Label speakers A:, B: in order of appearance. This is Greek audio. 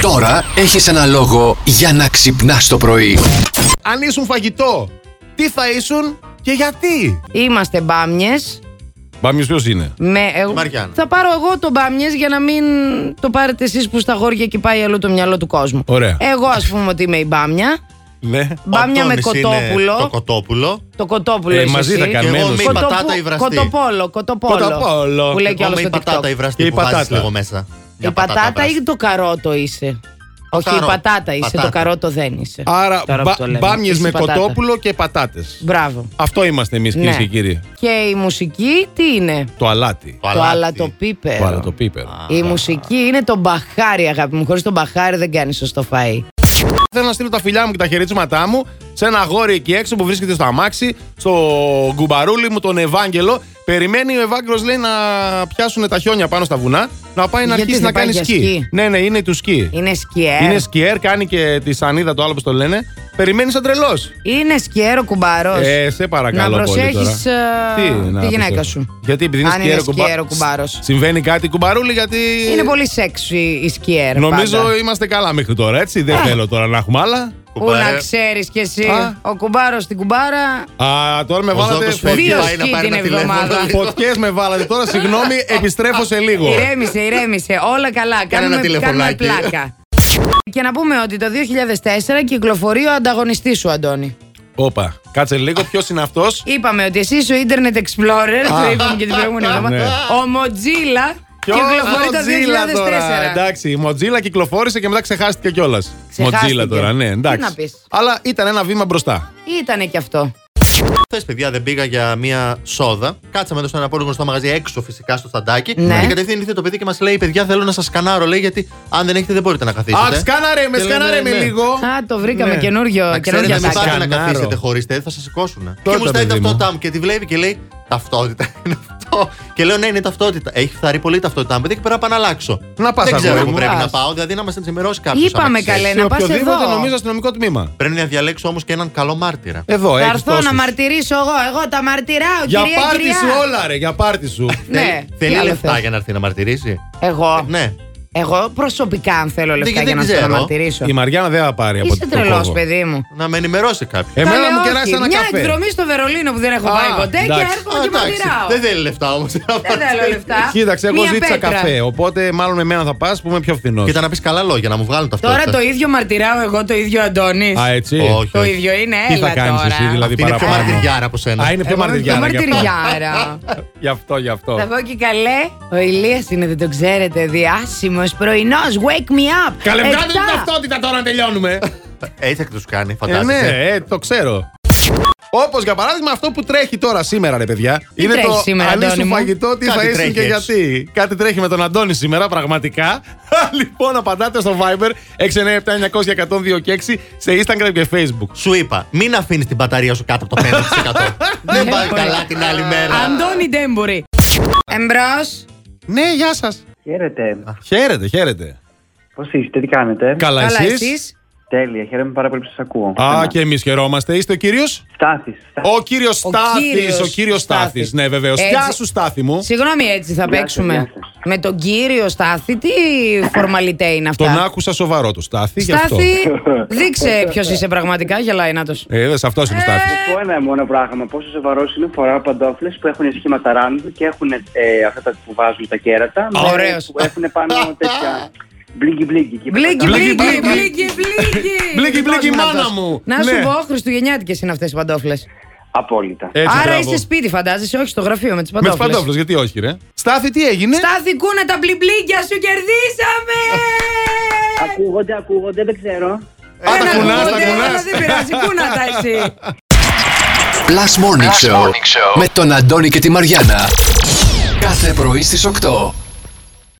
A: Τώρα έχεις ένα λόγο για να ξυπνάς το πρωί.
B: Αν ήσουν φαγητό, τι θα ήσουν και γιατί.
C: Είμαστε μπάμιες.
B: Μπάμιο ποιος είναι.
C: Με... εγώ-
B: Μαριάννα.
C: Θα πάρω εγώ το μπάμιες για να μην το πάρετε εσείς που στα γόρια και πάει αλλού το μυαλό του κόσμου.
B: Ωραία.
C: Εγώ ας πούμε ότι είμαι η μπάμια.
B: Ναι.
C: Μπάμια
D: Ο
C: με
D: Αντώνης
C: κοτόπουλο.
D: είναι Το κοτόπουλο.
C: Το κοτόπουλο.
B: Ε,
C: είσαι
B: μαζί
C: εσύ.
B: θα κάνουμε.
D: Και εγώ
B: Καμένος.
D: με η
C: Κοτοπού-
D: πατάτα η βραστή.
C: Κοτοπόλο, κοτοπόλο.
B: Κοτοπόλο.
C: Που λέει
D: Εγώ
C: και άλλος
D: με
C: στο
D: η πατάτα η
C: TikTok.
B: Και
D: βραστή
B: η
D: που βάζεις
B: πατάτα.
D: λίγο μέσα.
C: Η
D: Μια
C: πατάτα
D: πράσινη.
C: ή το καρότο είσαι. Όχι, η
D: καρότο.
C: πατάτα είσαι.
D: Πατάτα.
C: Το καρότο δεν είσαι.
B: Άρα
C: Τώρα που το λέμε.
B: μπάμιες
C: Είσαι
B: με
C: πατάτα.
B: κοτόπουλο και πατάτες.
C: Μπράβο. Ναι.
B: Αυτό είμαστε εμείς κυρίες και κύριοι.
C: Και η μουσική τι είναι.
B: Το αλάτι.
C: Το αλατοπίπερο.
B: Το αλατοπίπερο.
C: Η μουσική είναι το μπαχάρι, αγάπη μου. Χωρίς το μπαχάρι δεν κάνεις σωστό φαΐ.
B: Θέλω να στείλω τα φιλιά μου και τα χαιρετίσματά μου σε ένα αγόρι εκεί έξω που βρίσκεται στο αμάξι, στο γκουμπαρούλι μου, τον Ευάγγελο. Περιμένει ο Ευάγγελος, λέει, να πιάσουν τα χιόνια πάνω στα βουνά, να πάει να
C: Γιατί
B: αρχίσει
C: δεν
B: να
C: πάει
B: κάνει
C: για
B: σκι.
C: σκι?
B: Ναι, ναι, είναι του σκι.
C: Είναι σκιέρ.
B: Είναι σκιέρ, κάνει και τη σανίδα το άλλο που το λένε. Περιμένεις σαν τρελός.
C: Είναι σκιέρ ο κουμπαρό.
B: Ε, σε παρακαλώ
C: να
B: πολύ τώρα.
C: προσέχει
B: Τι να
C: τη γυναίκα
B: προσέχω.
C: σου.
B: Γιατί επειδή είναι
C: Αν
B: σκιέρο
C: είναι
B: κουμπα-
C: σκιέρο κουμπάρος.
B: Συμβαίνει κάτι κουμπαρούλι γιατί.
C: Είναι πολύ σεξι η σκιέρ.
B: Νομίζω
C: πάντα.
B: είμαστε καλά μέχρι τώρα, έτσι. Δεν θέλω τώρα να έχουμε άλλα.
C: Πού να ξέρεις κι εσύ.
B: Α.
C: Ο κουμπάρος στην κουμπάρα.
B: Α, τώρα με
D: Ο
B: βάλατε.
D: Ζώκος που έχει
C: Δύο
D: πάει να
C: σκι
D: πάρει
C: την
D: ένα τηλέφωνο.
C: εβδομάδα.
B: Φωτιές με βάλατε τώρα, συγγνώμη, επιστρέφω σε λίγο.
C: Ηρέμησε, ηρέμησε. Όλα καλά.
D: Κάνε
C: Κάνουμε,
D: ένα
C: κάνουμε
D: τηλεφωνάκι.
C: πλάκα. Και να πούμε ότι το 2004 κυκλοφορεί ο ανταγωνιστής σου, Αντώνη.
B: Όπα, κάτσε λίγο, ποιος είναι αυτός.
C: Είπαμε ότι εσύ είσαι ο Internet Explorer, το είπαμε και την προηγούμενη εβδομάδα.
B: Ναι.
C: Ο Mozilla κυκλοφορεί το 2004.
B: τώρα. Εντάξει, η Μοτζίλα κυκλοφόρησε και μετά ξεχάστηκε κιόλας.
C: Ξεχάστηκε.
B: Μοτζίλα τώρα, ναι,
C: Τι
B: εντάξει.
C: να πεις.
B: Αλλά ήταν ένα βήμα μπροστά.
C: Ήτανε και αυτό.
D: Χθες, παιδιά, δεν πήγα για μία σόδα. Κάτσαμε εδώ στον απόλυτο στο μαγαζί, έξω φυσικά στο σταντάκι.
C: Ναι.
D: Και κατευθείαν ήρθε το παιδί και μας λέει: Παιδιά, θέλω να σας σκανάρω. Λέει γιατί αν δεν έχετε δεν μπορείτε να καθίσετε.
B: Α, σκάναρε με,
D: Και λέμε,
B: σκάναρε με
D: ναι.
B: λίγο.
C: Α, το βρήκαμε
B: Ναι.
C: καινούριο
D: Να ξέρετε,
C: καινούργια
B: τάκα.
D: μην πάτε να
B: Σκανάρω.
D: καθίσετε χωρί τέτοια, θα σας σηκώσουν. Και
B: Τότε,
D: μου στέλνει
B: παιδί μου.
D: ταυτότητά μου και τη βλέπει και λέει Ταυτότητα είναι αυτό. Και λέω: Ναι, είναι ταυτότητα. Έχει φθαρεί πολύ η ταυτότητά μου, παιδί, και πρέπει να αλλάξω.
B: Να πας,
D: Δεν ξέρω
B: αγόρι
D: που
B: μου,
D: πρέπει
C: πας.
D: να πάω, δηλαδή να μας ενημερώσει κάποιος.
C: Είπαμε, καλέ. Ε,
B: Σε
C: να πας
B: οποιοδήποτε
C: εδώ.
B: νομίζω αστυνομικό τμήμα.
D: Πρέπει να διαλέξω όμως και έναν καλό μάρτυρα.
B: Εδώ,
C: Θα
B: έχεις
C: έρθω να
B: τόσους.
C: μαρτυρήσω εγώ. Εγώ τα μαρτυράω,
B: Για
C: κυρία
B: πάρτι
C: κυρία.
B: σου όλα, ρε, για πάρτι σου.
C: Ναι,
D: Θέλει-
C: τι
D: Θέλει
C: άλλο
D: λεφτά
C: θες.
D: για να έρθει να μαρτυρήσει.
C: Εγώ.
D: Ναι.
C: Εγώ προσωπικά, αν θέλω
B: Ναι,
C: λεφτά
D: γιατί
C: για να
D: δεν
C: σε
D: ξέρω.
C: μαρτυρήσω.
B: Η Μαριάννα δεν θα πάρει από
C: Είσαι
B: την
C: τρελός, παιδί μου.
D: Να με ενημερώσει κάποιος.
B: Εμένα
C: Καλέ,
B: μου
C: όχι.
B: κεράσει ένα
C: Μια
B: καφέ.
C: εκδρομή στο Βερολίνο που δεν έχω
B: Α,
C: πάει ποτέ και
B: εντάξει.
C: έρχομαι
D: Α,
C: και
D: εντάξει.
C: μαρτυράω.
D: Δεν θέλει λεφτά όμως.
C: Δεν θέλω λεφτά.
B: Κοίταξε, εγώ
C: Μια
B: ζήτησα
C: πέτρα.
B: καφέ. Οπότε μάλλον εμένα θα πας που είμαι πιο φθηνός.
D: Κοίτα να πεις καλά λόγια, να μου βγάλουν ταυτότητα.
C: Τώρα το ίδιο μαρτυράω εγώ, το ίδιο Αντώνης.
B: Α, έτσι.
D: Όχι.
C: Το ίδιο είναι,
B: Τι
C: έλα
B: θα κάνεις
C: τώρα.
B: εσύ, δηλαδή
D: Αυτή είναι πιο
B: παραπάνω.
D: μαρτυριάρα από σένα. Ε,
B: Α, είναι πιο
C: Εγώ είμαι πιο
B: μαρτυριάρα. γι' αυτό.
C: μαρτυριάρα.
B: Γι' αυτό, γι'
C: Θα
B: αυτό.
C: πω και καλέ. Ο Ηλίας είναι, δεν το ξέρετε. Διάσημος πρωινός. Wake me up.
B: Καλέ,
C: Εφτά.
B: βγάλε την ταυτότητα τώρα να τελειώνουμε.
D: Έτσι θα του κάνει,
B: Ε,
D: φαντάζεσαι.
B: ναι, ε, το ξέρω. Όπως για παράδειγμα αυτό που τρέχει τώρα σήμερα, ρε παιδιά.
C: Τι τρέχει
B: το
C: σήμερα,
B: αν
C: Αντώνη
B: ήσουν
C: μου?
B: φαγητό, τι
D: Κάτι
B: θα ήσουν
D: τρέχει
B: και
D: έτσι.
B: γιατί. Κάτι τρέχει με τον Αντώνη σήμερα, πραγματικά. λοιπόν, απαντάτε στο Viber 697-900-1026 σε Instagram και Facebook.
D: Σου είπα, μην αφήνεις την μπαταρία σου κάτω από το 5%. Δεν πάει
C: μπορεί.
D: καλά την άλλη μέρα.
C: Αντώνη Ντέμπορη. Εμπρός.
B: Ναι, γεια σας.
E: Χαίρετε.
B: Χαίρετε, χαίρετε.
E: Πώς είστε, τι κάνετε.
B: Καλά,
C: Καλά,
B: εσείς.
C: εσείς.
E: Τέλεια, χαίρομαι πάρα πολύ που σας ακούω.
B: Α, και εμείς χαιρόμαστε. Είστε ο κύριος.
E: Στάθης.
B: Ο κύριος Στάθη.
C: κύριος
B: Ο κύριος
C: Στάθης.
B: Στάθης. Ναι, βεβαίω.
C: Έτσι.
B: Γεια σου, Στάθη μου.
C: Συγγνώμη, έτσι θα
E: σας,
C: παίξουμε.
E: γεια σας.
C: Με τον κύριο Στάθη, τι φορμαλιτέ είναι αυτά.
B: Τον άκουσα σοβαρό το Στάθη. γι' αυτό.
C: Στάθη, δείξε ποιος είσαι πραγματικά. Γελάει, να τους.
B: Ε, είδες, αυτός είναι ο Στάθη.
E: Πω ένα μόνο πράγμα. Πόσο σοβαρός είναι φορά παντόφλες που έχουν σχήματα ράνδου και έχουν ε, αυτά τα που βάζουν τα κέρατα. με-
C: Ωραίος.
E: Που έχουν πάνω τέτοια. Μπλίγκι μπλίγκι.
C: Μπλίκι,
B: Μπλίκι,
C: μπλίκι, μπλίκι,
B: μπλίκι.
C: μπλίκι.
B: Μπλίκι, μπλίκι,
C: Δώσ'
B: μάνα
C: δώσ'.
B: μου.
C: Να σου
B: Ναι.
C: πω, Χριστουγεννιάτικες είναι αυτές οι παντόφλες.
E: Απόλυτα.
B: Έτσι,
C: Άρα
B: μπράβο.
C: είστε σπίτι, φαντάζεσαι, όχι στο γραφείο με τις
B: Με τις
C: παντόφλες.
B: παντόφλες, γιατί όχι, ρε. Στάθη, τι έγινε.
C: Στάθη κούνα τα μπλιμπλίκια σου, κερδίσαμε!
E: Ακούγονται, ακούγονται, δεν ξέρω.
B: Α, τα
C: Δεν
B: κουνάς, τα
C: ακούγονται, αλλά
B: κουνά.
C: Δεν πειράζει, κούνα τα εσύ.
A: Plus Morning, Show, με τον Αντώνη και τη Μαριάνα. Κάθε πρωί στις 8.